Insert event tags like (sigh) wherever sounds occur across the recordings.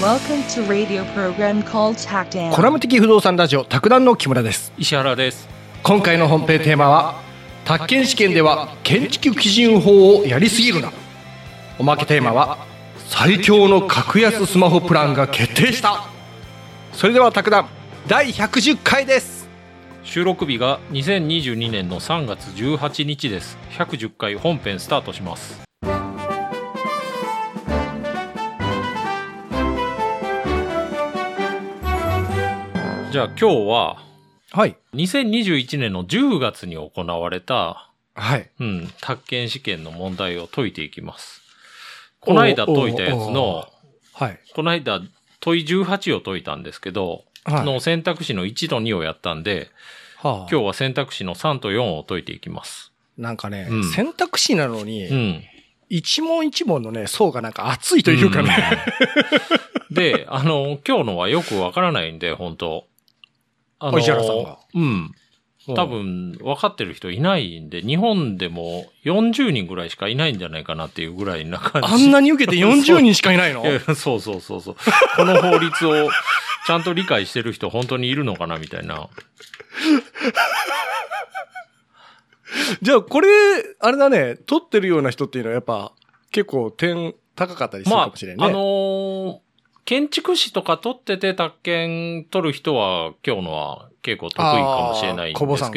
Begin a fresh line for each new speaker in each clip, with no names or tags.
Welcome to radio program called Tactan.
コラム的不動産ラジオ卓談の木村です
石原です
今回の本編テーマは宅建試験では建築基準法をやりすぎるなおまけテーマは最強の格安スマホプランが決定したそれでは卓談第110回です
収録日が2022年の3月18日です110回本編スタートしますじゃあ今日は
はい
2021年の10月に行われた、
はい
うん、宅建試験の問題を解いていきます。こないだ解いたやつ
おーおー
の、
はい
こないだ問い18を解いたんですけど、
はい
の選択肢の1と2をやったんで、
はあ
今日は選択肢の3と4を解いていきます。
なんかね、
うん
選択肢なのに、
うん。
一問一問のね層がなんか厚いというかね、
うん。で、あの、今日のはよくわからないんで、本当あ
石原さんが
うん。多
うん
分、分かってる人いないんで、日本でも40人ぐらいしかいないんじゃないかなっていうぐらいな感じ。
(laughs) あんなに受けて40人しかいないの
いやそうそうそうそう。この法律をちゃんと理解してる人本当にいるのかなみたいな。
じゃあこれ、あれだね、取ってるような人っていうのはやっぱ結構点高かったりするか
ま
もしれ
あ、
な
あ
い
の
ね。
ー建築士とか取ってて宅建取る人は今日のは結構得意かもしれないんですけ
あー小
ど、逆
坊さ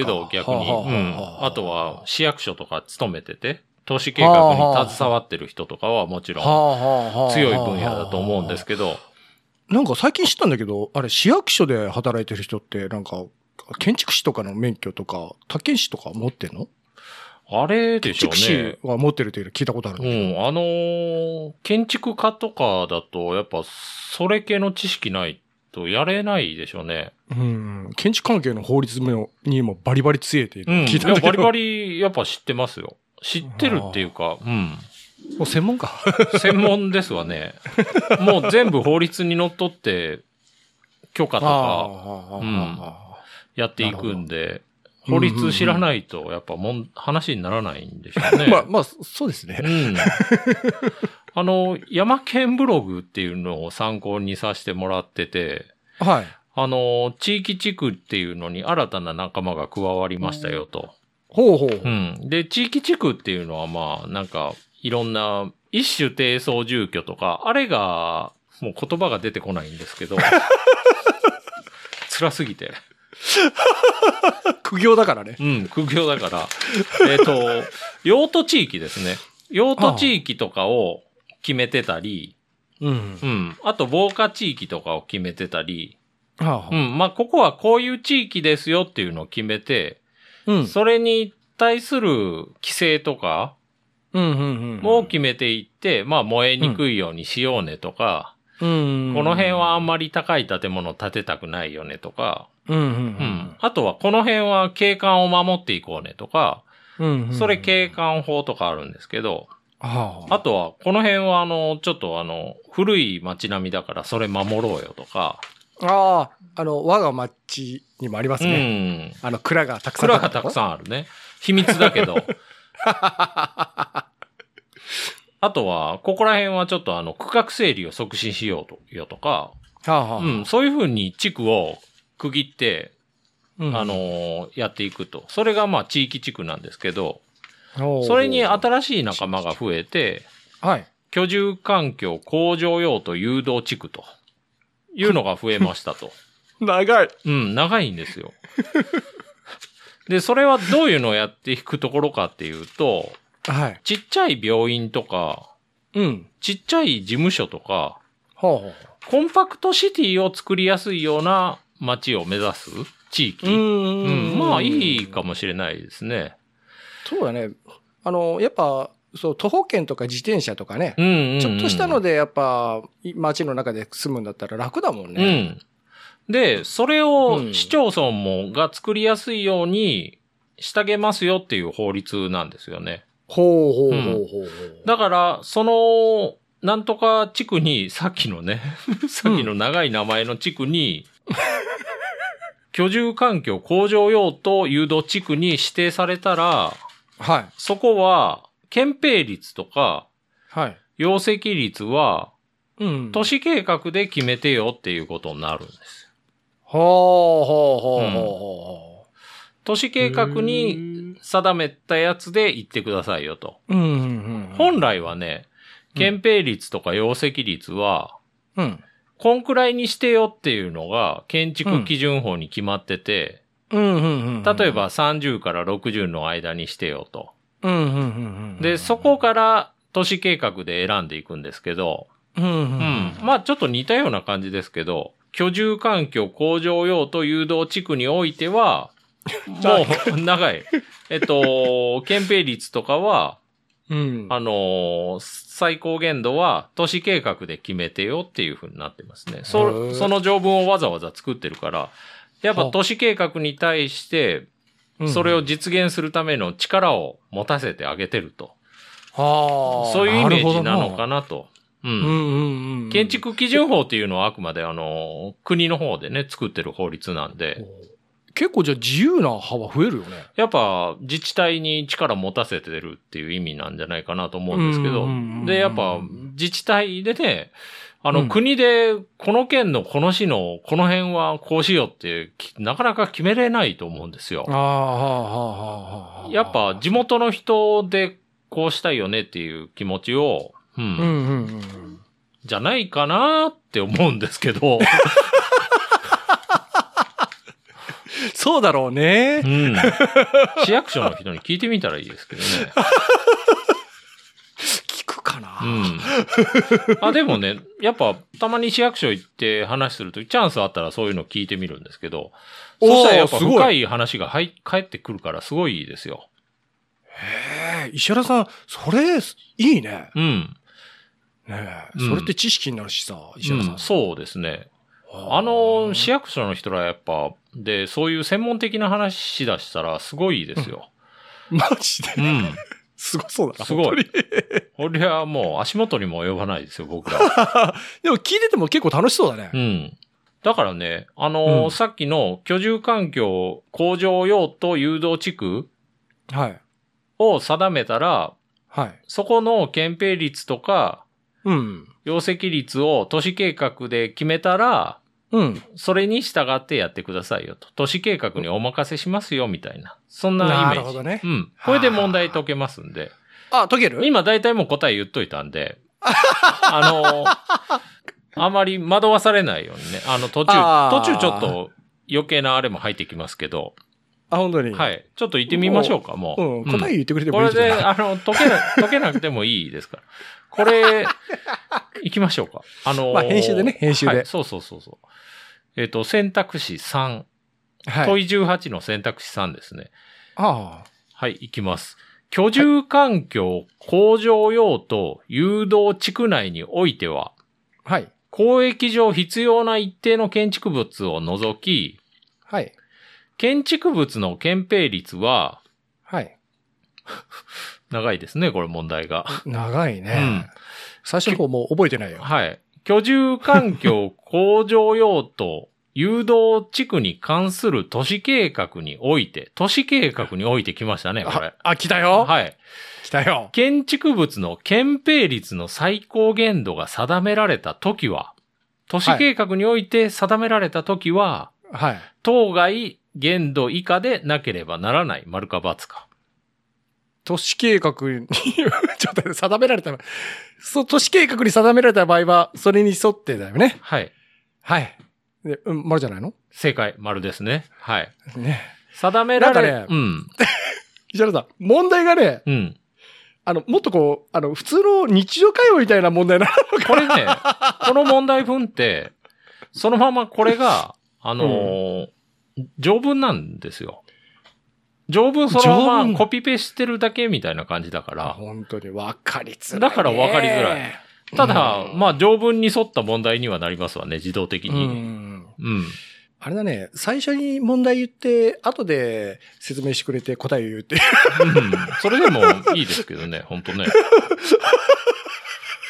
ん
に。
かはあ
う
はあ
ん
はあは。あ
あとは市役所とか勤めてて、都市計画に携わってる人とかはもちろん
は
強い分野だと思うんですけど、
ど。なんか最近知ったんだけど、あれ市役所で働いてる人ってなんか、建築士とかの免許とか、他県士とか持ってんの
あれ
建
でしょう
築
ね
士。は持ってるというの聞いたことあるん
う
だけど。
ん、あのー建築家とかだと、やっぱ、それ系の知識ないとやれないでしょうね。
うん。建築関係の法律にもバリバリ強いっていう
う
のを
ん。
聞いたんだ
いや
け
バリバ
ど。
リ、やっぱ知ってますよ。知ってるっていうか、うん。
もう専門家。
(laughs) 専門ですわね。もう全部法律にのっとって、許可とか
あ
やっていくんで、
なるほど
法律知らないと、やっぱもん、話にならないんでしょう
ー
ね。
まあ、まあ、そうですね
う。ん。 (laughs) あの、山県ブログっていうのを参考にさせてもらってて、
はい。
あの、地域地区っていうのに新たな仲間が加わりましたよと。
ほうほう。
うん。で、地域地区っていうのはまあ、なんか、いろんな、一種低層住居とか、あれが、もう言葉が出てこないんですけど、 (laughs) 辛すぎて。
苦行だからね。
うん、苦行だから。えっと、用途地域ですね。用途地域とかを決めてたり、
うん。
うん。あと、防火地域とかを決めてたり、
は
う
あ
ん。まあ、ここはこういう地域ですよっていうのを決めて、
うん。
それに対する規制とか
うんうんうん。
を決めていって、まあ燃えにくいようにしようねとか、
うん
この辺はあんまり高い建物建てたくないよねとか、
うんう
うん
ん
あとはこの辺は景観を守っていこうねとか、
うんうん。
それ景観法とかあるんですけど、
はあ。
あとはこの辺はあの、ちょっとあの、古い街並みだからそれ守ろうよとか、
ああ、あの、我が町にもあります
う
ね。
ん。
あの、蔵がたくさん。
蔵がたくさんあるね。秘密
(laughs)
だけど。あとは、ここら辺はちょっとあの、区画整理を促進しようと、よとか、
ん。はあはあ。
うん、そういうふうに地区を区切って、
うん
あ、のーやっていくと。それがまあ地域地区なんですけど、
ほう
それに新しい仲間が増えて、
はい。
居住環境向上用途誘導地区というのが増えました
(laughs)
と。
長い。
うん、長いんですよ。で、それはどういうのをやっていくところかっていうと、
はい。
ちっちゃい病院とか、
うん。
ちっちゃい事務所とか、
ほうほう。
コンパクトシティを作りやすいような街を目指す地域。
ん
うんまあ、いいか。もしれないですね。
そうだね。あの、やっぱ、そう、徒歩圏とか自転車とかね。
うんうんうん
ちょっとしたので、やっぱ、街の中で住むんだったら楽だもんね。
うん。で、それ
うん
を市町村もが作りやすいようにしてあげますよっていう法律なんですよね。
ほうほうほうほうほう。
だから、その、なんとか地区に、さっきの (laughs) ね、さっきの長い名前の地区に、居住環境向上用途誘導地区に指定されたら、
はい。
そこは、憲兵率とか、
はい。
容積率は、
うん。
都市計画で決めてよっていうことになるんです。
ほうほうほうほうほ
都市計画に定めたやつで行ってくださいよと。
う。うん。うん。
本来はね、
うん
憲兵率とか容積率は、
うん。
こんくらいにしてよっていうのが建築基準法に決まってて、
うん。うん。うん。
例えば30から60の間にしてよと。
うん。うん。うん。うん。
で、そこから都市計画で選んでいくんですけど、
うん。う
うんん。。まあちょっと似たような感じですけど、居住環境向上用途誘導地区においては、もう (laughs) 長い。えっと、憲兵率とかは、
うん。
あのー最高限度は都市計画で決めてよっていうふうになってますね。
へ
そ
ー
その条文をわざわざ作ってるから、やっぱ
は
都市計画に対して、
うん
それを、実現するための力を持たせてあげてると。
はあ。
そういうイメージなのかなと。う。
なるほどな。うんんうんうん。
建築基準法っていうのはあくまであのー、国の方でね、作ってる法律なんで、
結構じゃあ自由な幅増えるよね。
やっぱ自治体に力持たせてるっていう意味なんじゃないかなと思うんですけ
うんうん
ど
うんう、ん
で、やっぱ自治体でね、あ
う
の、
ん
国で、この県のこの市のこの辺はこうしようって、きなかなか決めれないと思うんですよ
あ。あ、はあ、はあ、はあ。
やっぱ、地元の人でこうしたいよねっていう気持ちを、う
うん
ん、
うんうんうん。
じゃないかなって思うんです
(laughs)
けど、
そうだろうね
う。ん。市役所の人に聞いてみたらいいですけどね。
聞くかな。
うん。あ、でもね、やっぱ、たまに市役所行って話すると、チャンスあったらそういうの聞いてみるんですけど、
おー
そしたらやっぱ
すごい
深い話が入返ってくるから、すごいいいですよ。
へえ、石原さん、それ、いいね。
うん。
ねえ
うん
それって知識になるしさ、石
う
原さん。
ん、そうですね。
あ
あの、市役所の人らやっぱ、で、そういう専門的な話しだしたら、すごいいいですよ。
(laughs) マジで、
うん。
すごそうだな。
すご
本当
い
に。。 (laughs)
これはもう足元にも及ばないですよ、
(laughs)
僕ら。
でも聞いてても結構楽しそうだね
う。ん。だからね、あのー
うん
さっきの居住環境向上用途誘導地区
はい。
を定めたら、
はい。
そこの憲兵率とか、
うん。
容積率を都市計画で決めたら、
うん。
それに従ってやってくださいよと。都市計画にお任せしますよ、みたいな。そんなイメー
な
ジ。
るほどね
う。ん。これで問題解けますんで。
あ、解ける
今大体もう答え言っといたんで、あの、あまり惑わされないようにね、あの途中、
あー
途中ちょっと余計なあれも入ってきますけど、
あ、本当に。。
はいい、ちょっと行ってみましょうか、もう。
うん。答え言ってくれて
こ
もいい
れ
じゃな
で、
い
あの、
(laughs)
解けな、解けなくてもいいですから。これ、行きましょうか。あのー
まあ編集でね編集で
はいそうそうそうそう。えっ、と、選択肢3、
はい。
問い18の選択肢3ですね。
あ
はい、いきます。居住環境向上用途誘導地区内においては、
あ。はい。
公益上必要な一定の建築物を除き、
はい。
建築物の憲兵率は、
はい。
長いですね、これ問題が。
長いね。
うん
最初の方もう覚えてないよ。
はい。居住環境向上用途誘導地区に関する都市計画において、都市計画においてきましたね、これ
あ。、あ来たよ。
はい。
来たよ。
建築物の憲兵率の最高限度が定められたときは、都市計画において定められたときは、
はい。
当該限度以下でなければならない、丸か×か。
都市計画に、 (laughs) ちょっと待って定められた、そう、都市計画に定められた場合は、それに沿ってだよね。
はい。
はい。で、うん、丸じゃないの
正解、丸ですね。はい。
ね。
定められ、
なんか
うん。
石原さん、問題がね、
うん。
あの、もっとこう、あの、普通の日常会話みたいな問題 (laughs) な。
これね、この問題文って、そのままこれが、あのー条文なんですよ。条文そのま
条
ま
文
コピペしてるだけみたいな感じだから。
本当に分かりづらい、
だから分かりづらい。ただ、
うん
まあ、条文に沿った問題にはなりますわね、自動的
う
に。
ん。
うん。
あれだね、最初に問題言って、後で説明してくれて答えを言うって。
うんそれでもいいですけどね、ほんとね。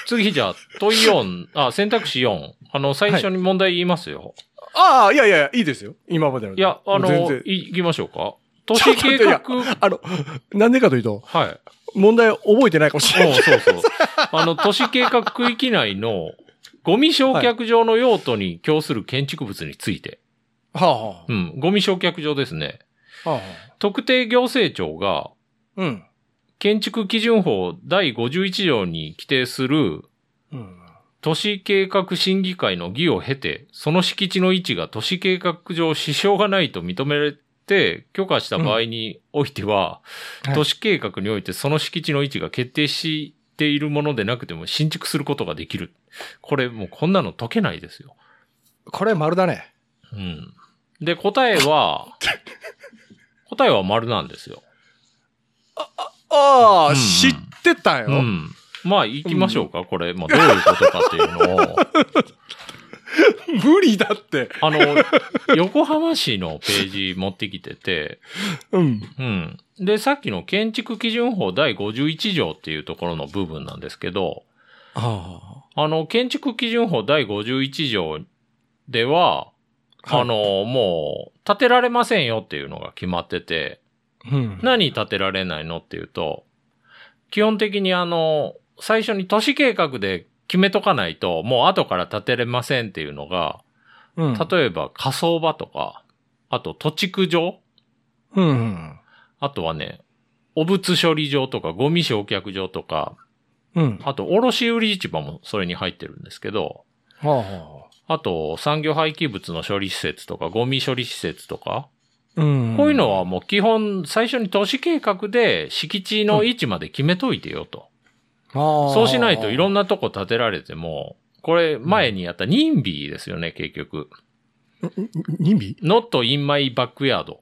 次、じゃあ、問い4、あ、選択肢4。あの、最初に問題言いますよ。
(laughs) ああ、いやいや、いいですよ。今までの
い、や、あ
全
の、
然。
い行きましょうか。都市計
ちょ
画
っ、あの、なんでかというと、
はい。 (laughs)
問題覚えてないかもしれない。
うんそうそう。あの、都市計画区域内のゴミ焼却場の用途に供する建築物について。
はあ、は
うん、ゴミ焼却場ですね。
あ、はあ。
特定行政庁が、
うん。
建築基準法第51条に規定する
うん。
都市計画審議会の議を経て、その敷地の位置が都市計画上支障がないと認められて、許可した場合においては、
はい
都市計画においてその敷地の位置が決定しているものでなくても新築することができる。これもうこんなの解けないですよ。
これ丸だね。
うん。で、答え (laughs) は、答えは丸なんですよ。
ああ、
うん
知ってたよ。
うん。まあ、行きましょうか、これ。まあ、どういうことかっていうの (laughs) を。
無理だって。
あの、横浜市のページ持ってきてて、
うん。
うん。で、さっきの建築基準法第51条っていうところの部分なんですけど、
は
あの、建築基準法第51条では、
はい
あの、もう、建てられませんよっていうのが決まってて、
あ。うん。
何建てられないのっていうと、基本的にあの、最初に都市計画で決めとかないと、もう後から建てれませんっていうのが、
うん。
例えば火葬場とか、あと土地区場
うん。
あとはね、汚物処理場とかゴミ焼却場とか、
うん。は
あと卸売市場もそれに入ってるんですけど、
あ、は
あと産業廃棄物の処理施設とかゴミ処理施設とか、
あ。うん。
こういうのはもう基本最初に都市計画で敷地の位置まで決めといてよと。
ああ、
そうしないといろん
な。
なとこ建てられても、これ前にやった任備ですよね、結局。
ニビ
not in my backyard.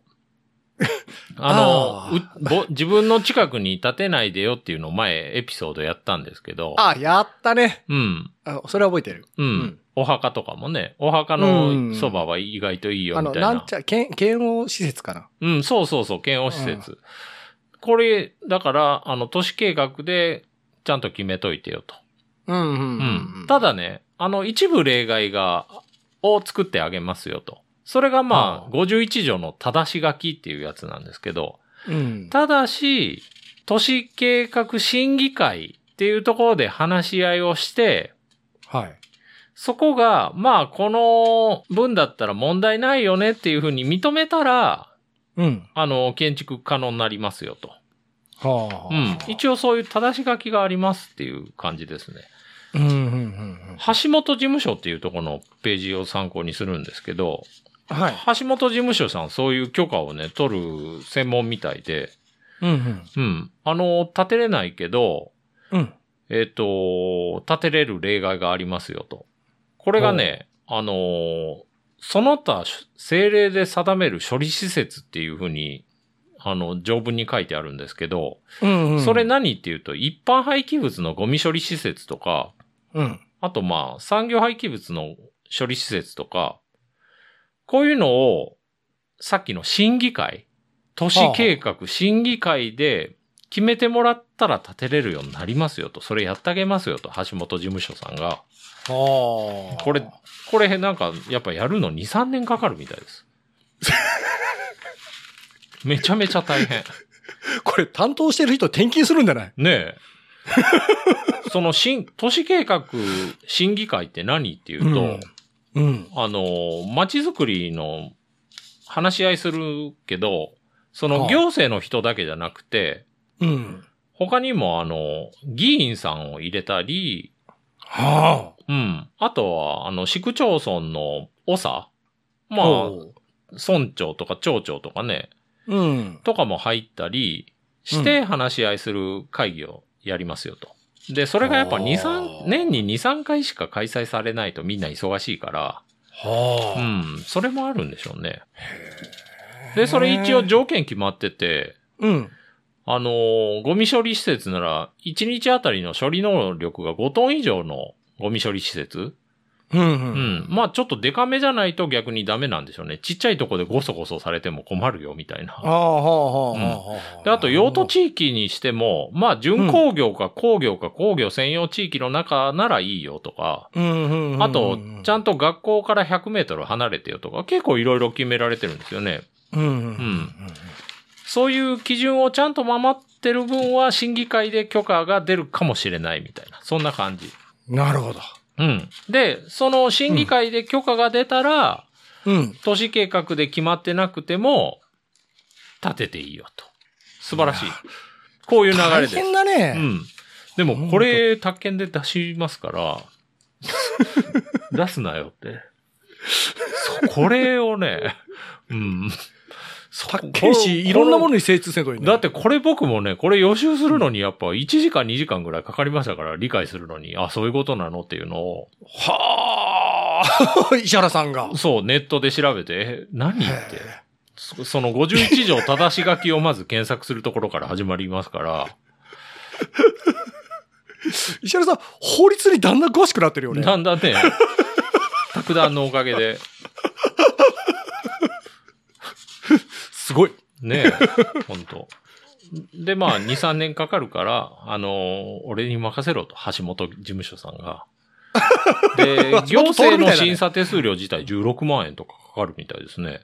あの
あ
うぼ自分の近くに建てないでよっていうのを前エピソードやったんですけど、
あ、やったね。
うん、
あそれは覚えてる。
うん、
ん
お墓とかもね、お墓
う
の
ん
そばは意外といいよ
あ
み
の、
たい
なん
な。
ちゃ、けん、検温施設かな。
うん、そうそうそう、県央施設。これ、だから、あの、都市計画でちゃんと決めといてよと。
うんうん
うん。ただね、あの、一部例外が、を作ってあげますよと。それがま
ああ
あ、51条の正し書きっていうやつなんですけど、
うん。
ただし、都市計画審議会っていうところで話し合いをして、
はい。
そこが、まあ、この分だったら問題ないよねっていうふうに認めたら、
うん。
あの、建築可能になりますよと。
はあ。
うん。一応そういう正し書きがありますっていう感じですね。
うんうんうんうん。
橋本事務所っていうところのページを参考にするんですけど、
はい。
橋本事務所さんそういう許可をね、取る専門みたいで、
うんうん。
うん。あの、建てれないけど、
うん。
えっ、と、立てれる例外がありますよと。これがね、あのー、その他政令で定める処理施設っていうふうに、あの、条文に書いてあるんですけど、
うんうん。
それ、何っていうと、一般廃棄物のゴミ処理施設とか、
うん。
あとまあ、産業廃棄物の処理施設とか、こういうのを、さっきの審議会、都市計画審議会で決めてもらったら建てれるようになりますよと、それやってあげますよと、橋本事務所さんが。
はあ。
これ、これなんか、やっぱやるの2、3年かかるみたいです。めちゃめちゃ大変。
これ担当してる人転勤するんじゃない
ねえ。その新、都市計画審議会って何っていうと、
うん。
あの、街づくりの話し合いするけど、そ
は
の
あ
行政の人だけじゃなくて、
うん。
他にもあの、議員さんを入れたり、
は
うん。あとは、あの、市区町村の長
あ。
まあ、村長とか町長とかね、
うん。
とかも入ったりして話し合いする会議をやりますよと。で、それがやっぱ2、
は
3
あ、
年に2、3回しか開催されないとみんな忙しいから、
は
う
あ。
ん、それもあるんでしょうね。で、それ一応条件決まってて、
うん。
あのーゴミ処理施設なら、1日あたりの処理能力が5トン以上のゴミ処理施設
うん。う
うんん。。まあちょっとデカめじゃないと逆にダメなんでしょうね。ちっちゃいとこでゴソゴソされても困るよ、みたい
ああ、
な。
はあ、はあ、はあ。
で、あと用途地域にしても、まあ準工業か工業か工業専用地域の中ならいいよとか、
うん、うんうん。
あと、ちゃ
ん
んと学校から100メートル離れてよとか、結構いろいろ決められてるんですよね。
うん。うん。う
うんん。そういう基準をちゃんと守ってる分は審議会で許可が出るかもしれないみたいな。そんな感じ。
なるほど。
うん。で、その審議会で許可が出たら、
うん。
都市計画で決まってなくても、建てていいよと。素晴らしい。こういう流れ
大
です。
変だ
う
ね。
ん。でも、これ、宅建で出します (laughs) から、出すなよって。そこれをね、うん。そ
宅建士、いろんなものに精通せんといいね
だってこれ僕もね、これ予習するのにやっぱ1時間2時間ぐらいかかりましたから、理解するのに、あ、そういうことなのっていうのを、
はあ (laughs) 石原さんが。
そう、ネットで調べて、え何って
へえ。
そその51条正し書きをまず検索するところから始まりますから、
石原さん、法律にだんだん詳しくなってるよね。
だんだん
(laughs)
ね、卓談のおかげで、
すごい。
ねえ、 (laughs) ほんと。で、まあ、2、3年かかるから、あのー俺に任せろと、橋本事務所さ
(laughs)
んが。で、
橋
行
本通るみた
政の
いだね
審査手数料自体16万円とかかかるみたいですね。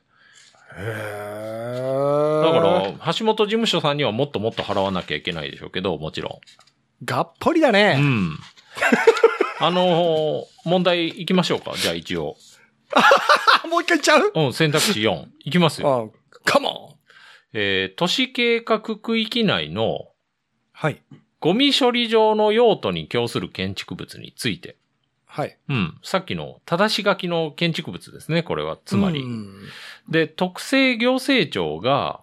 へ
だ
だ
か、ら、橋本事務所さんにはもっともっと払わなきゃいけないでしょうけど、もちろ
がっぽりだ
ん。う
ね。
ん。 (laughs) あのー問題行きましょうか、じゃあ一応。
あ、もう一回ちゃう
うん、選択肢4。行きますよ。
あ、カモン。
えー都市計画区域内の
はい。
ゴミ処理場の用途に供する建築物について。
はい。
うん。さっきの、正し書きの建築物ですね、これは。つまり。
うん
で、特定行政庁が、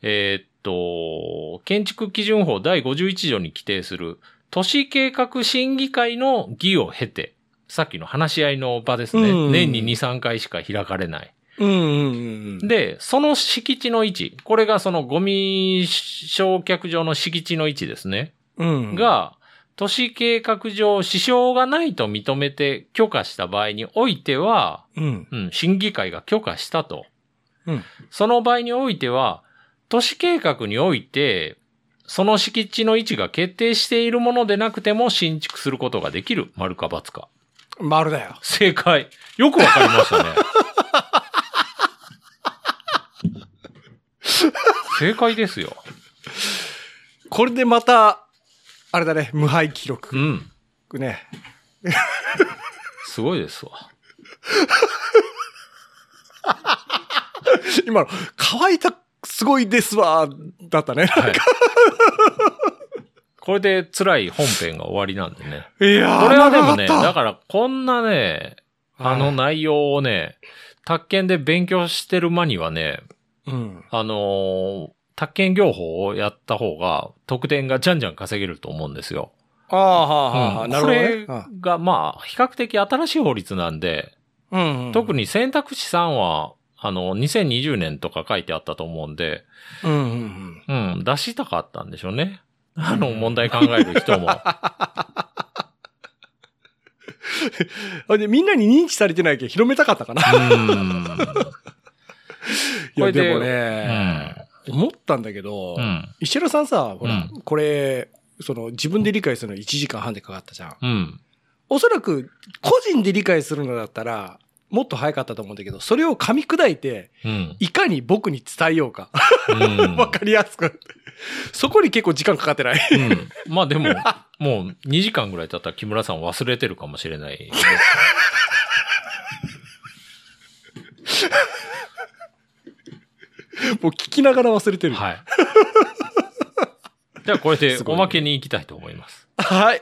えーっと、建築基準法第51条に規定する、都市計画審議会の議を経て、さっきの話し合いの場ですね。
うん
年に2、3回しか開かれない。
うんうんうん。、
で、その敷地の位置、これがそのゴミ焼却場の敷地の位置ですね。
うん、、
が、都市計画上支障がないと認めて許可した場合においては、
うん。
うん、審議会が許可したと。
うん
その場合においては、都市計画において、その敷地の位置が決定しているものでなくても新築することができる。丸か×か。
丸だよ。
正解。よくわかりましたね。 (laughs) 正解ですよ。
これでまた、あれだね、無敗記
う
録。
ん。
ね。
すごいですわ。
今の、乾いた、すごいですわ、だったね。
はい。これで辛い本編が終わりなんでね。
いやー、
これはでもね、
長か
だ
っ
からこんなね、
た
あの、内容をね、宅建で勉強してる間にはね、
うん。
あのー宅建業法をやった方が得点がじゃんじゃん稼げると思うんですよ。
ああ、はあ、はあは
う
あ、
ん
なるほどね。
これがまあ、比較的新しい法律なんで、
うん。
特
に、
に選択肢3は、あの、2020年とか書いてあったと思うんで、
うんうんうん。
うん、出したかったんでしょうね。あの問題考える
(laughs)
人も。
あでみんなに認知されてないけど広めたかったかな。
うーん
い
これ
や、
で
でも
う
ね、
ん
思ったんだけど、
うん。
石原さんさ、ほら、
う
これ、その自分で理解するのに1時間半でかかったじゃん。
うん。
おそらく個人で理解するのだったら、もっと早かったと思うんだけど、それを噛み砕いて、
うん。
いかに僕に伝えようか。
うん
わかりやすく。そこに結構時間かかってない。 (laughs)
うんまあでも、もう2時間ぐらい経ったら木村さん忘れてるかもしれない。
もう聞きながら忘れてる。
はい。じゃあこれです
ごい
お
ね
まけに行きたいと思います。
はい。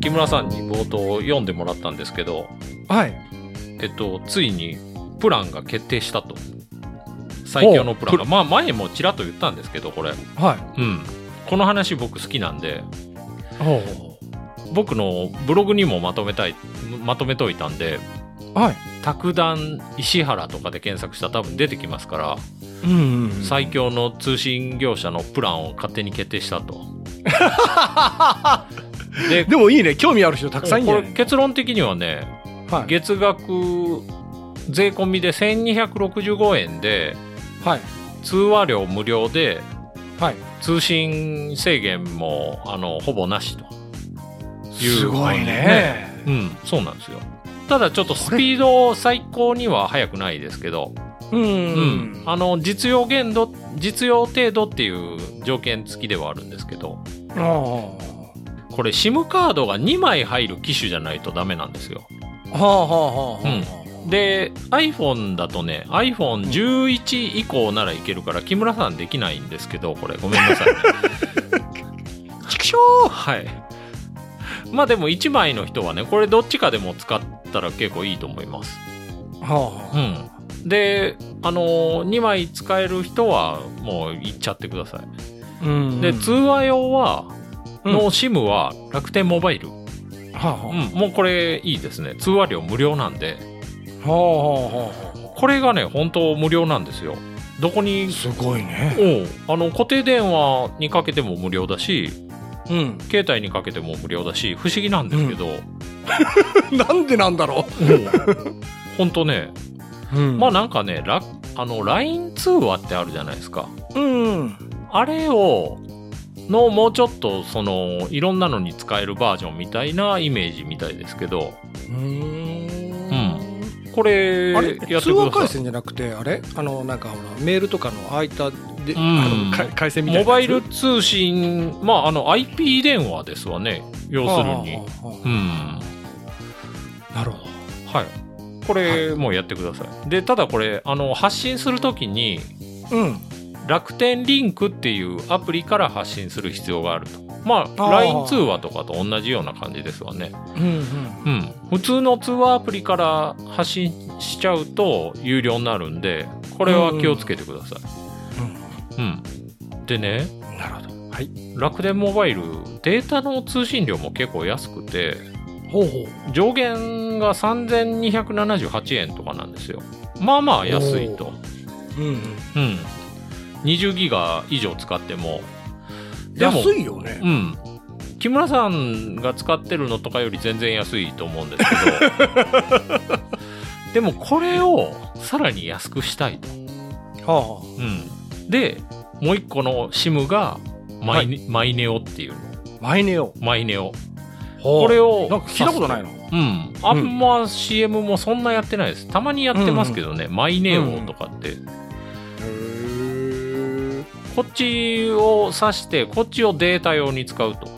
木村さんに冒頭読んでもらったんですけど、
はい。
えっと、ついにプランが決定したと。最強のプランが。
ほ
まあ前もちらっと言ったんですけど、これ。
は
うん。この話僕好きなんで、
い。ほ
僕のブログにもまとめたい、まとめといたんで、
うはい。
卓談石原とかで検索したら多分出てきますから、
うん、うん。
最。強の通信業者のプランを勝手に決定したと。で、
でもいいね。興味ある人たくさんいるん
こ
じゃ
れ
ない
結論的にはね、
はい。
月額税込みで1265円で、
はい。
通話料無料で、
はい。
通信制限もあのほぼなしという。
すごいね。
うん、そうなんですよ。ただちょっとスピード最高には速くないですけど、
う
うん、。あの、実用限度実用程度っていう条件付きではあるんですけど、
ああ
これ SIM カードが2枚入る機種じゃないとダメなんですよ。
はあはあはあはあ、
で、iPhone だとね、iPhone11 以降ならいけるから、木村さんできないんですけど、これごめんなさい、ね。
ちくしょ
はい。まあでも1枚の人はね、これどっちかでも使ったら結構いいと思います。
うはあは
う
あ
ん。で、あの2枚使える人はもういっちゃってください。
うん
で、通話用は、
うん
の SIM は楽天モバイル。
はあはあ
うん、もうこれいいですね。通話料無料なんで。
はあはあはあは
これがね、本当無料なんですよ。ど
あ
こに、
すごいね
うん、あの、固定電話にかけても無料だし、
うん
携帯にかけても無料だし、不思議なんですけど、
(laughs) なんでなんだろ
本当ね、
う、うん
まあなんかね、ラあの、LINE 通話ってあるじゃないですか。
うん
あれを、のもうちょっとそのいろんなのに使えるバージョンみたいなイメージみたいですけど
うん
これ
あ
やっ
れ
てくだ
通話
さ
回
い
線じゃなくてあれあのなんかほらメールとかのああいったで、
ん
あのか回線みたい
モ
な
バ
やつ
イル通信まああの IP 電話ですわね要す
はあは
るに
あは
うん
あなるほど
はいこれもうやってください、でただこれあの発信するときに
うん
楽天リンクっていうアプリから発信する必要があるとまあ
あー
LINE 通話とかと同じような感じですわね
うん
うん普通の通話アプリから発信しちゃうと有料になるんでこれは気をつけてくださいうん、でね
うんなるほどはい
楽天モバイルデータの通信量も結構安くて
ほうほう
上限が3278円とかなんですよまあまあ安いと
うんうん
うん20ギガ以上使ってもでも
安いよね
うん木村さんが使ってるのとかより全然安いと思うんですけ
(laughs)
どでもこれをさらに安くしたいと、
は
うん、でもう一個の SIM がマイ,、マイネオっていうの
あマイネオ
マイネオ
こ
これを
なんか聞いたことない
の
の
うんあんま CM もそんなやってないですたまにやってますけどね、マイネオとかって、
へ
こっちを指してこっちをデータ用に使うと、
え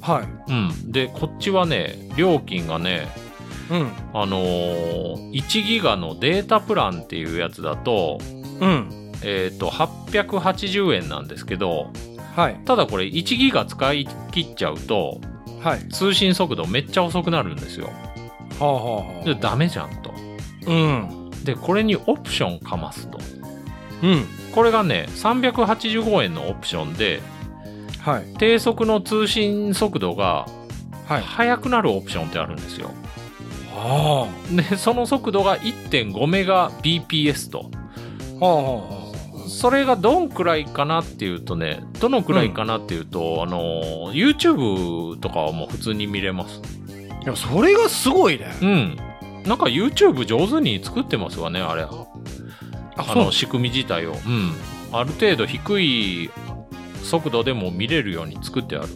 はい
うん、でこっちはね料金がね
うん
あのー1ギガのデータプランっていうやつだと,、
うん
えー、と880円なんですけど
はい
ただこれ1ギガ使い切っちゃうと
はい
通信速度めっちゃ遅くなるんですよ
はあはあ
でダメじゃんと
うん
でこれにオプションかますと
うん
これがね385円のオプションで
はい
低速の通信速度が
はい
速くなるオプションってあるんですよ
は
でその速度が1.5メガ BPS と
あはあは
それがどんくらいかなっていうとねどのくらいかなっていうと、あの YouTube とかはもう普通に見れます
あいやそれがすごいね
うんなんか YouTube 上手に作ってますわねあれ
あ
あ
そう
の仕組み自体を、うん、ある程度低い速度でも見れるように作ってある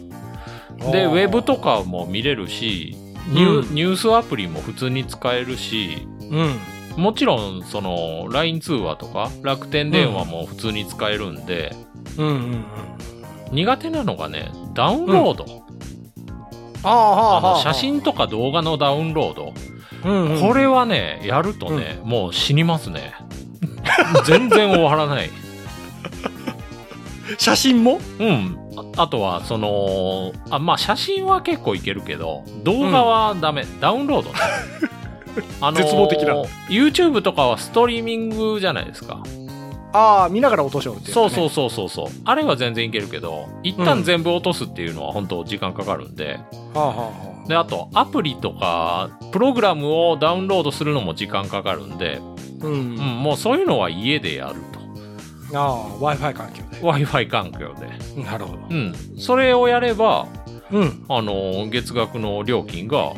で
あ
ウ
ー
ェブとかも見れるしニュ,、
うん
ニュースアプリも普通に使えるし
うん
もちろんその LINE 通話とか楽天電話も普通に使えるんで、
うんうんうん
苦手なのがねダウンロード、
ああは
あ
あは
の
あ
写真とか動画のダウンロード、
うんうん
これはねやるとね、もう死にますね全然終わらない
写真も
うん、ああとはそのあまあ写真は結構いけるけど動画はダメ、ダウンロード
(laughs)
ねあ
絶望的な
YouTube とかはストリーミングじゃないですか、
ああ見ながら落としようってい
そうそううそうそうそうあれは全然いけるけど一
う
旦
ん
全部落とすっていうのは本当時間かかるんで、
はあはあは
であとアプリとかプログラムをダウンロードするのも時間かかるんで、
あうん
うん、もうそういうのは家でやると
ああ w i f i 環境で
w i f i 環境で、
なるほど
うん、それをやれば
うん
あの月額の料金が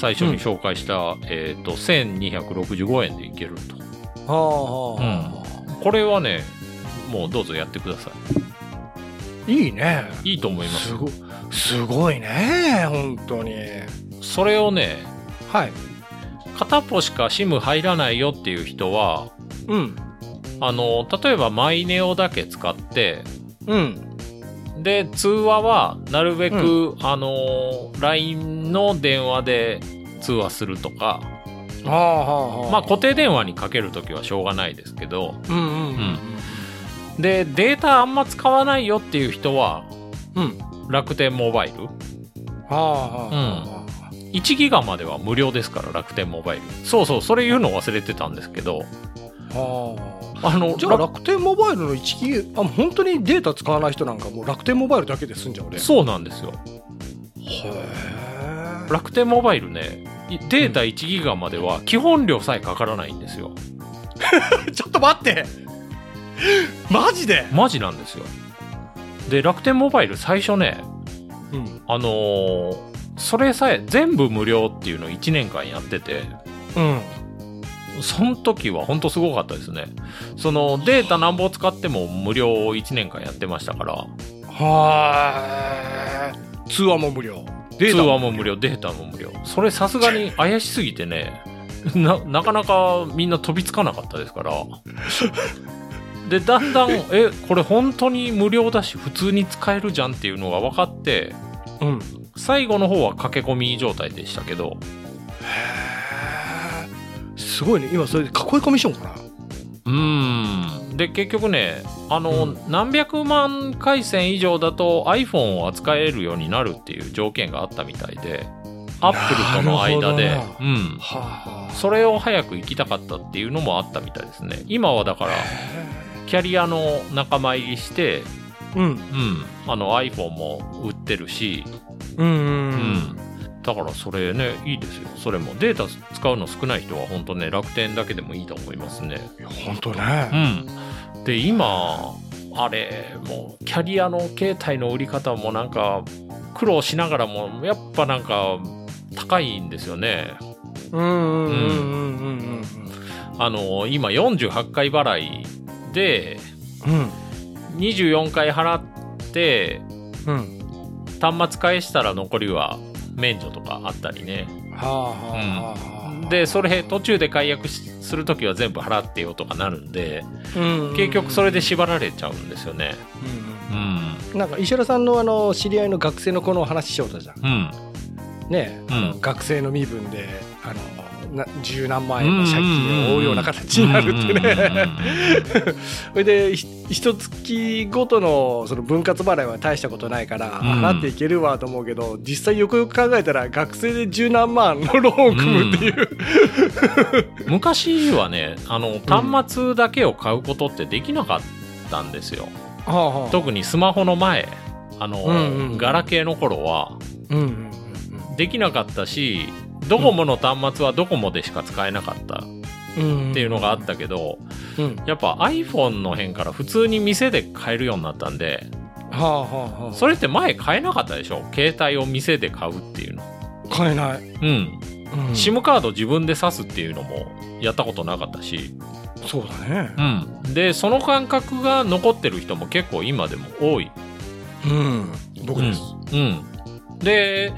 最初に紹介した、えー、と1265円でいけると
はあはあは
これはねもうどうぞやってくださ
あいいね
いいいと思います
すごすごいね本当に
それをね
はい
片っぽしか SIM 入らないよっていう人は
うん
あの、例えばマイネオだけ使って、
うん。
で、通話はなるべく、あの、LINE の電話で通話するとか、
はあはあはあ。
まあ固定電話にかけるときはしょうがないですけど、
うんうんうん。
で、データあんま使わないよっていう人は、
うん。
楽天モバイル
はあはあはあ。
1ギガまでは無料ですから楽天モバイルそうそうそれ言うの忘れてたんですけど
はあ。
あの
じゃあ
ら
楽天モバイルの一ギガあ本当にデータ使わない人なんかもう楽天モバイルだけで済んじゃう俺へ
そうなんですよ
え
楽天モバイルねいデータ1ギガまでは基本料さえかからないんですよ
ちょっと待ってマジで
マジなんですよで楽天モバイル最初ね
うん
あのーそれさえ全部無料っていうのを1年間やってて
うん
その時は本当すごかったですねそのデータなんぼ使っても無料を1年間やってましたから
はーい通話も無料デ
通
ータ
話も無料データも無料それさすがに怪しすぎてねななかなかみんな飛びつかなかったですからでだんだんえこれ本当に無料だし普通に使えるじゃんっていうのが分かって
うんへ
最後の方は駆け込み状態でしたけど
えすごいね今それ囲い込みしようかな
うーんで結局ねあの、
うん
何百万回線以上だと iPhone を扱えるようになるっていう条件があったみたいでアップルとの間で、
なるほ
うん、
は
それを早く行きたかったっていうのもあったみたいですね今はだからキャリアの仲間入りして、
うん
うん、あの iPhone も売ってるし、
うん
うんだからそれねいいですよそれもデータ使うの少ない人は本当ね楽天だけでもいいと思いますね
いや本当
う
ね
んで今あれもうキャリアの携帯の売り方もなんか苦労しながらもやっぱなんか高いんですよね
うんうんうんうんうん
あの今48回払いで
うん
24回払って
うんうん
端末返したら残りは免除とかあったりね
はあはあはあ
でそれ途中で解約しする時は全部払ってよとかなるんで結
結
局それで縛られちゃうんですよねうん
なんか石原さんのあの知り合いの学生の子の話しようとじゃん
うん
ねえ、
うん
あの学生の身分であのな十何万円の借金を負うような形になるってね (laughs) それでひ一月ごとのその分割払いは大したことないから
うん
払っていけるわと思うけど、実際よくよく考えたら学生で十何万のローンを組むって (laughs) いう、
昔はねあの端末だけを買うことってできなかったんですよ特にスマホの前あの、
うんうん
ガラケーの頃は
うんうんうん
できなかったしドコモの端末はドコモでしか使えなかった
うん
っていうのがあったけど
うんは
やっぱ iPhone の辺から普通に店で買えるようになったんで
あはあはあ
それって前買えなかったでしょ携帯を店で買うっていうの
買えない、
うん
うん
SIM カード自分で挿すっていうのもやったことなかったし
そうだね
うんでその感覚が残ってる人も結構今でも多い
うん僕です、
うんで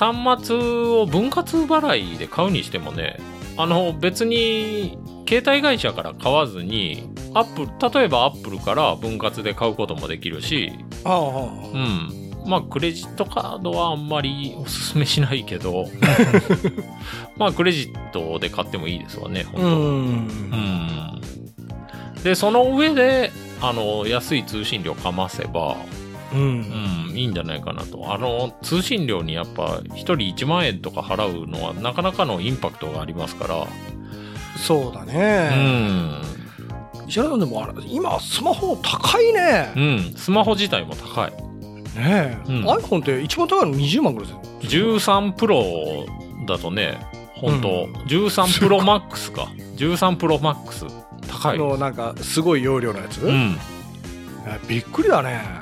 端末を分割払いで買うにしてもねあの別に携帯会社から買わずにアップ例えばアップルから分割で買うこともできるし
ああはあ
うんまあクレジットカードはあんまりおすすめしないけどまあクレジットで買ってもいいですわね本当はうんでその上であの安い通信料かませば
うん
うん、いいんじゃないかなと。あの、通信料にやっぱ、1人1万円とか払うのは、なかなかのインパクトがありますか
そうだ
ら、う
ね、
ん、
石原さんでもあれ今スマホ高いね
う、ん、スマホ自体も高い。
ねえ、
うん
iPhone って一番高いの20万ぐらいですよ
13プロだとね、本当、
うん
13プロマックスか。13プロマックス。高い。
のなんかすごい容量のやつ、
うん、
えびっくりだね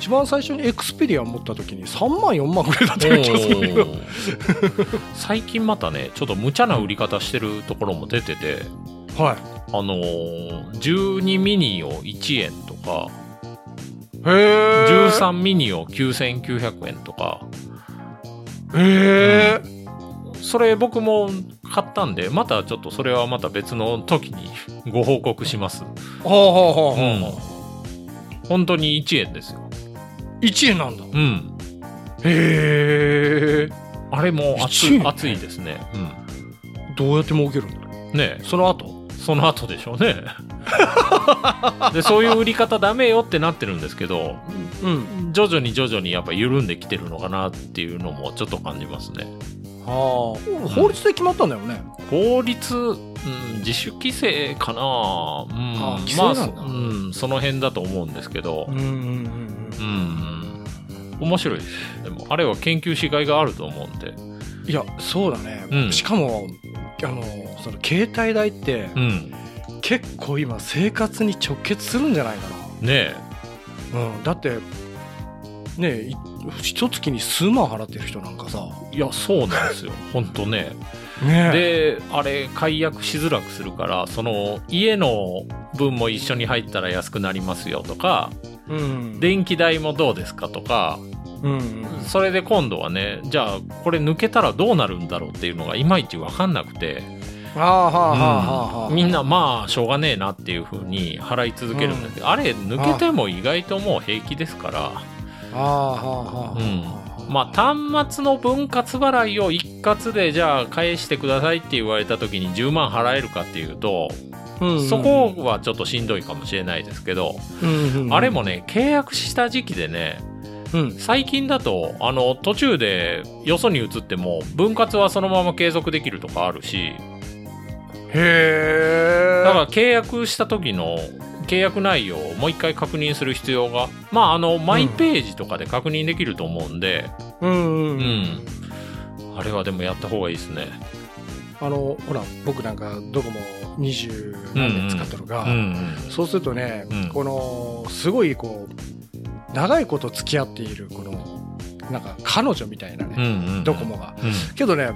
一番最初にエクスペリア持った時に3万4万ぐ (laughs) らいだったような気がするけ
お
ど
ー最近またね、ちょっと無茶な売り方してるところも出てて、
はい
あのー12ミニを1円とか、
へえ
13ミニを9900円とか
へえ
それ僕も買ったんで、またちょっとそれはまた別の時に (laughs) ご報告します。
ほうほうほう
う
ほ
ん。本当に1円ですよ。
う。1円なんだ。
うん。
へえ。
あれも熱
1
い
円
熱いですね。
どうやって儲けるんだろ
うん。ねえ
う。その後。
その後でしょうね。
(laughs)
で、そういう売り方ダメよってなってるんですけど、
うん。
徐々に徐々にやっぱ緩んできてるのかなっていうのもちょっと感じますね。
ああ。法律で決まったんだよね。
法律、うん、自主規制かな、うん、
あ規制
まあ
なん
そ、
だ
うん、その辺だと思うんですけど、
んうんうん
うん、面白いです。でも、あれは研究しがいがあると思うんで。
いや、そうだね。
うん
しかも、あの、その携帯代って、
うん、
結構今生活に直結するんじゃないか
ねえ、
な。うん。だって、ねえ、い一月に数万払ってる人なんかさ。
いや、そうなんですよ。 (laughs) ほんとね。
ねえ。
で、あれ、解約しづらくするから、その、家の分も一緒に入ったら安くなりますよとか、
うん。
電気代もどうですかとか、
うんうん。
それで今度はね、じゃあ、これ抜けたらどうなるんだろうっていうのがいまいちわかんなくて、
ああ、はあ、はあ、はあ。
みんなまあしょうがねえなっていうふうに払い続けるんだけど、あれ抜けても意外ともう平気ですから
ああ、はあ、はあ。
うんまあ端末の分割払いを一括でじゃあ返してくださいって言われた時に10万払えるかっていうと、
うん
そこ、はちょっとしんどいかもしれないですけど、
うんうん
あれ、もね契約した時期でね
うん、
最近だとあの途中でよそに移っても分割はそのまま継続できるとかあるし
へえ
だから契約した時の契約内容をもう一回確認する必要がまああのマイページとかで確認できると思うんで
うんう
うんん、
うん、
あれはでもやった方がいいですね
あのほら僕なんかドコモ二十何年使ってるが、
うん
そうするとね、
うん
このすごいこう長いこと付き合っているこのなんか彼女みたいな
うんう
ね、
んうん
ドコモが
うん
けどね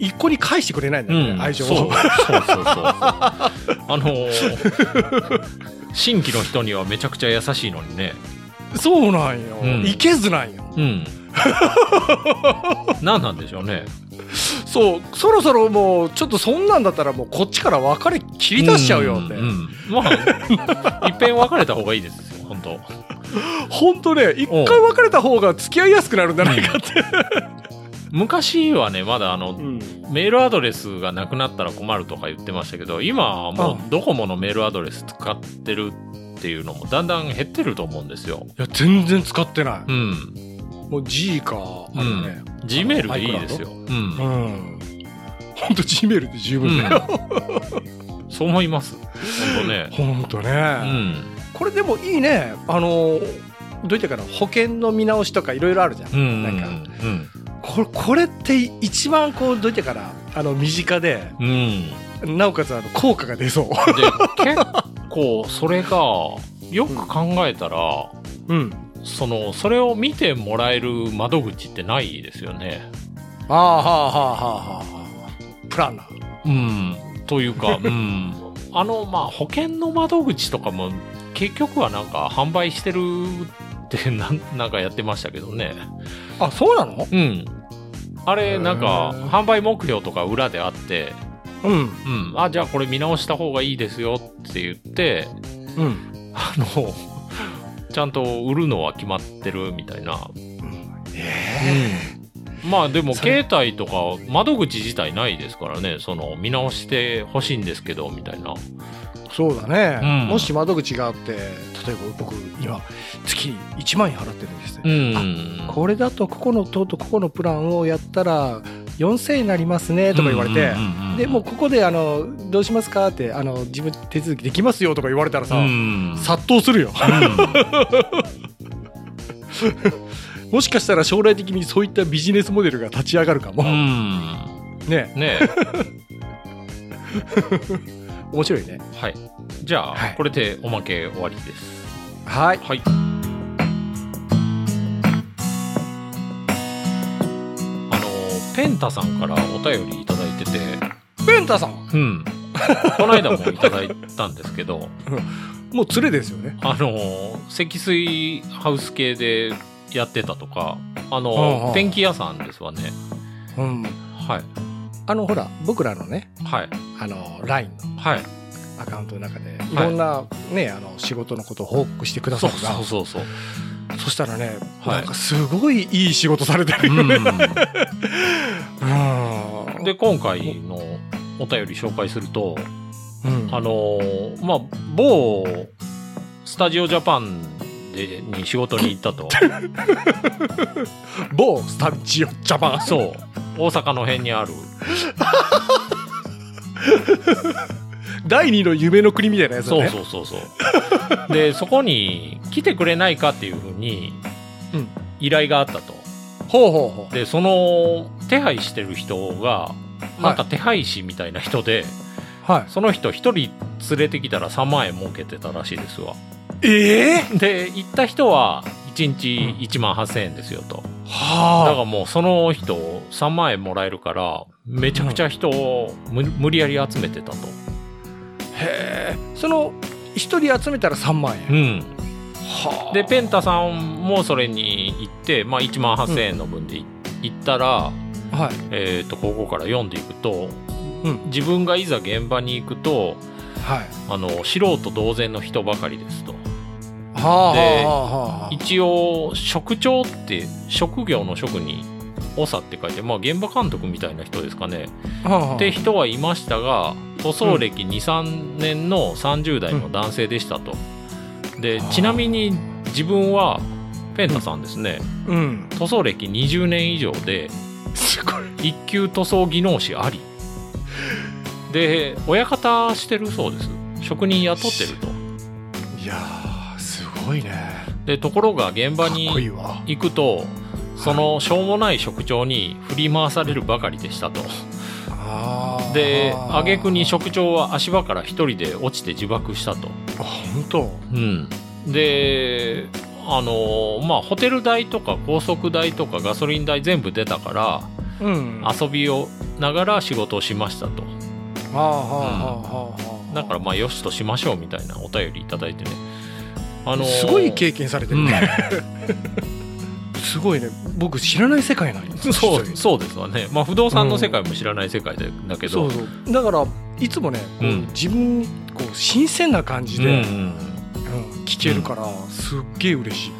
一個に返してくれないんだよね、
うん
愛情
そうそう
を
そうそうあのー新規の人にはめちゃくちゃ優しいのにね
(laughs) そうなんよ、
うん
いけずなんよ
うん
(laughs)
何なんでしょうね
そうそろそろもうちょっとそんなんだったらもうこっちから別れ切り出しちゃうよって、
んんうんまあ一遍別れた方がいいですよ本当
本当ね一回別れた方が付き合いやすくなるんじゃないかって、
昔はねまだあの、メールアドレスがなくなったら困るとか言ってましたけど今はも
う
うドコモのメールアドレス使ってるっていうのもだんだん減ってると思うんですよ。
いや全然使ってな
う
い、
ん。
もう G かあれだね
G メールでいいですよ。うん
う。ん本当 G メールで十分だよ、
うん (laughs) そう思います。本当ね。
本当ね、
うん。
これでもいいねあのどういったかな保険の見直しとかいろいろあるじゃん、
うん。
なんか
うん。
これこれって一番こうどういったかなあの身近で
うん。
なおかつあの効果が出そ
で、結構それが、よく考えたら、
う、うん、
その、それを見てもらえる窓口ってないですよね。
ああはあはあはあはあプランナー
うん、とい
(laughs)
うか、うん、あの、まあ、保険の窓口とかも、結局はなんか、販売してるって (laughs) なん、なんかやってましたけどね。
あそうなの
うん。あ
へ
れ、
ー
なんか、販売目標とか裏であって、
うん
うん、あ、じゃあこれ見直した方がいいですよって言って、
うん
あの、 (laughs) ちゃんと売るのは決まってるみたいな。
え
まあでも
それ
携帯とか窓口自体ないですからね、その見直してほしいんですけどみたい
え
な。
そうだね、
うん
もし窓口があって例えば僕今月に1万円払ってるんですね、
うん。
これだとここのととここのプランをやったら4000円になりますねとか言われて、でもうここであのどうしますかってあの自分手続きできますよとか言われたらさ、
うん
殺到するよもしかしたら将来的にそういったビジネスモデルが立ち上がるかも、
うんうん
ね
ね
(laughs) 面白いね
えはいじゃあ、
はい
これでおまけ終わりです
はい
はいあのペンタさんからお便りいただいてて
ペンタさん
うんこの間もいただいたんです
(laughs)
けど
もう連れですよね
あの積水ハウス系でやってたとかあ
うんう
の
ん
ペンキ屋さんですわね
うん
はい
あのほら僕らのね
はい。
あの LINE の
はい。
アカウントの中でいろんな、ねあの仕事のことを報告してくださ
そう
るが
そうそうそう。
そしたらね、
はい
なんかすごいいい仕事されてるよね。うん
で、今回のお便り紹介すると、
うん
あのーまあ、某、スタジオジャパンで、に仕事に行っ
(laughs)
たと。
某スタジオジャパン
そう。大阪の辺にある。
第二の夢の国みたいなやつだ
そう
ね
そうそうそう。で、そこに来てくれないかっていうふうに
うん、
依頼があったと。
ほうほうほう
で、その、手配してる人が、なんか手配師みたいな人で、
はい
その人一人連れてきたら3万円儲けてたらしいですわ。
ええ
で、行った人は、1日1万8000円ですよと。だか
はあ
らもうその人3万円もらえるから、めちゃくちゃ人をむ無理やり集めてたと。
へえその一人集めたら3万円、
うん。
はあ
でペンタさんもそれに行って、まあ、1万8,000円の分でい行ったら、
はい
えー、とここから読んでいくと、
うん
自分がいざ現場に行くと
はい
あの素人同然の人ばかりですと
はあはあはあはあ
一応職長って職業の職に長って書いて、まあ、現場監督みたいな人ですかね、
はあはあ
って人はいましたが塗装歴23年の30代の男性でしたと、でちなみに自分はペンタさんですね、
うん
塗装歴20年以上です
ごい
一級塗装技能士ありで親方してるそうです職人雇ってると
いやーすごいね
でところが現
か
場
っこい
に
いわ
行くとそのしょうもない職長に振り回されるばかりでしたと
あー
で挙句に職長は足場から一人で落ちて自爆したと
あ本当
うんであのまあホテル代とか高速代とかガソリン代全部出たから
うん
遊びをながら仕事をしましたと
はあはあはあはあはあ
だからまあよしとしましょうみたいなお便りいただいてねあのー
すごい経験されてるね、すごいね僕知らない世界なんです
(laughs) (laughs) そう
実は
そうですわねまあ不動産の世界も知らない世界でだけ
そ
ど
うそうだからいつもね、こう
うん
自分にこう新鮮な感じ
うんう
で、
ん
うん聞けるから、すっげえ嬉しい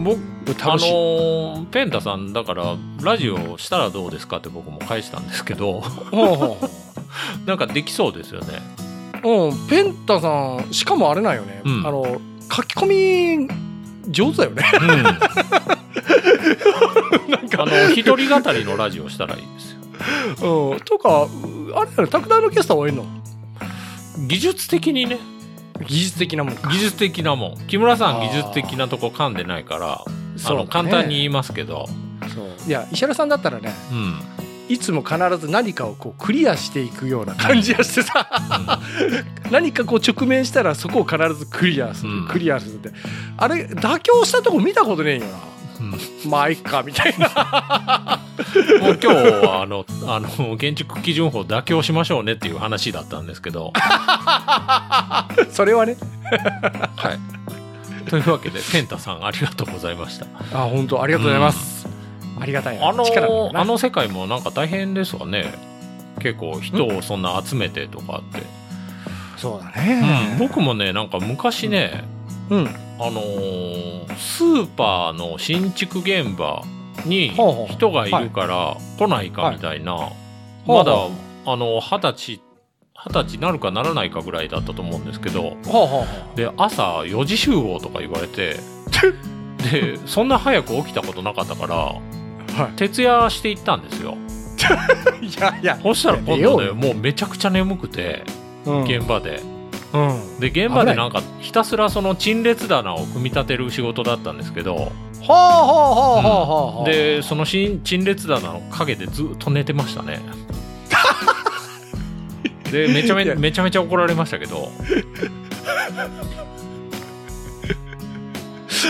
僕あの
楽しい、
ーペンタさんだからラジオしたらどうですかって僕も返したんですけど (laughs)
ほうほう
なんかできそうですよね
ほううんペンタさんしかもあれなんよね、
うん
あの書き込み上手だよ
(laughs)
ね
うんあの一人語りのラジオしたらいいですよ
うんとかうあれだよね拓大のキャスターはいるの
技術的にね
技術的なもんか
技術的なもん木村さん
あー
技術的なとこ噛んでないからあ
そうだ
の
ね
簡単に言いますけど、
そういや石原さんだったらね
うん、 (laughs)
いつも必ず何かをこうクリアしていくような感じがしてさ、何かこう直面したらそこを必ずクリアする、
うん
クリアするってあれ妥協したとこ見たことねえよな、まあいっかみたいな (laughs)
もう今日はあのあの建築基準法妥協しましょうねっていう話だったんですけ (laughs) ど、
それはね
はい、というわけでペンタさんありがとうございました
あ本当ありがとうございます、ありがたいな
あの
力になるな
あの世界もなんか大変ですわね結構人をそんな集めてとかって、
そうだ
うん、
ね
僕もねなんか昔ね、
うん、うん、
あのースーパーの新築現場に
ほうほう
人がいるから来ないかみたいな、
ほう
まだ
ほ
あの二十歳二十歳なるかならないかぐらいだったと思うんですけど
ほうほうほう
で朝4時集合とか言わ
(laughs)
れてでそんな早く起きたことなかったから
は
徹夜して行ったんですよ (laughs)
い、いやいや、
そしたら今
いや
度
寝
ね
よう
もうめちゃくちゃ眠くて
うんうん、
現場で。で現場でなんかひたすらその陳列棚を組み立てる仕事だったんですけど
ほうほうほうほうほうほう
でその陳陳列棚の陰でずっと寝てまし
(laughs)
たねでめちゃめ
いや
めちゃめちゃ怒られましたけど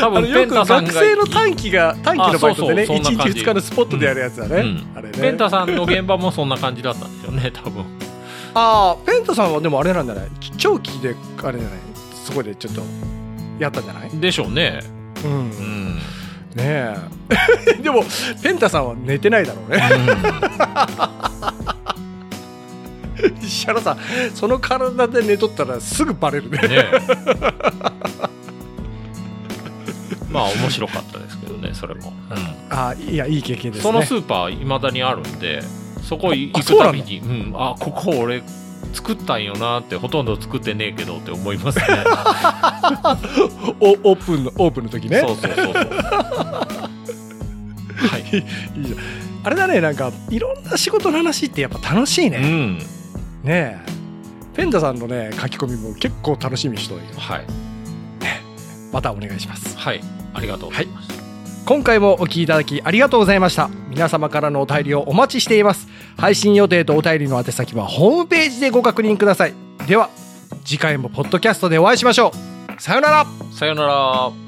多
あの
分ペ
よ
ン
く
タさん
学
が
生の短期が短期のバイトでね
あそうそうそんな
1
感
日
じ
2日のスポットでやるやつだね、
うん
あれね
ペンタさんの現場もそんな感じだったんですよ
(laughs)
ね多分
ああペンタさんはでもあれなんじゃないち長期であれじゃないそこでちょっとやったんじゃない
でしょうね
うん、
う
ね (laughs) え
ん、
でもペンタさんは寝てないだろうね石原さんその体で寝とったらすぐバレるね
ねまあ面白かったですけどねそれも、
あいやいい経験ですね
そのスーパーいまだにあるんでそこい
あ
行くたびにうんあここ俺作ったんよなってほとんど作ってねえけどって思いますね
おオープンのオープンの時 (laughs) ね
そうそうそうそうはい
いいじゃんあれだねなんかいろんな仕事の話ってやっぱ楽しいうね、
ん
ねえペンダさんのね書き込みも結構楽しみにしておいて
はい
またお願いします
はいありがとうございました、
今回もお聞きいただきありがとうございました皆様からのお便りをお待ちしています配信予定とお便りの宛先はホームページでご確認くださいでは次回もポッドキャストでお会いしましょうさようなら
さよなら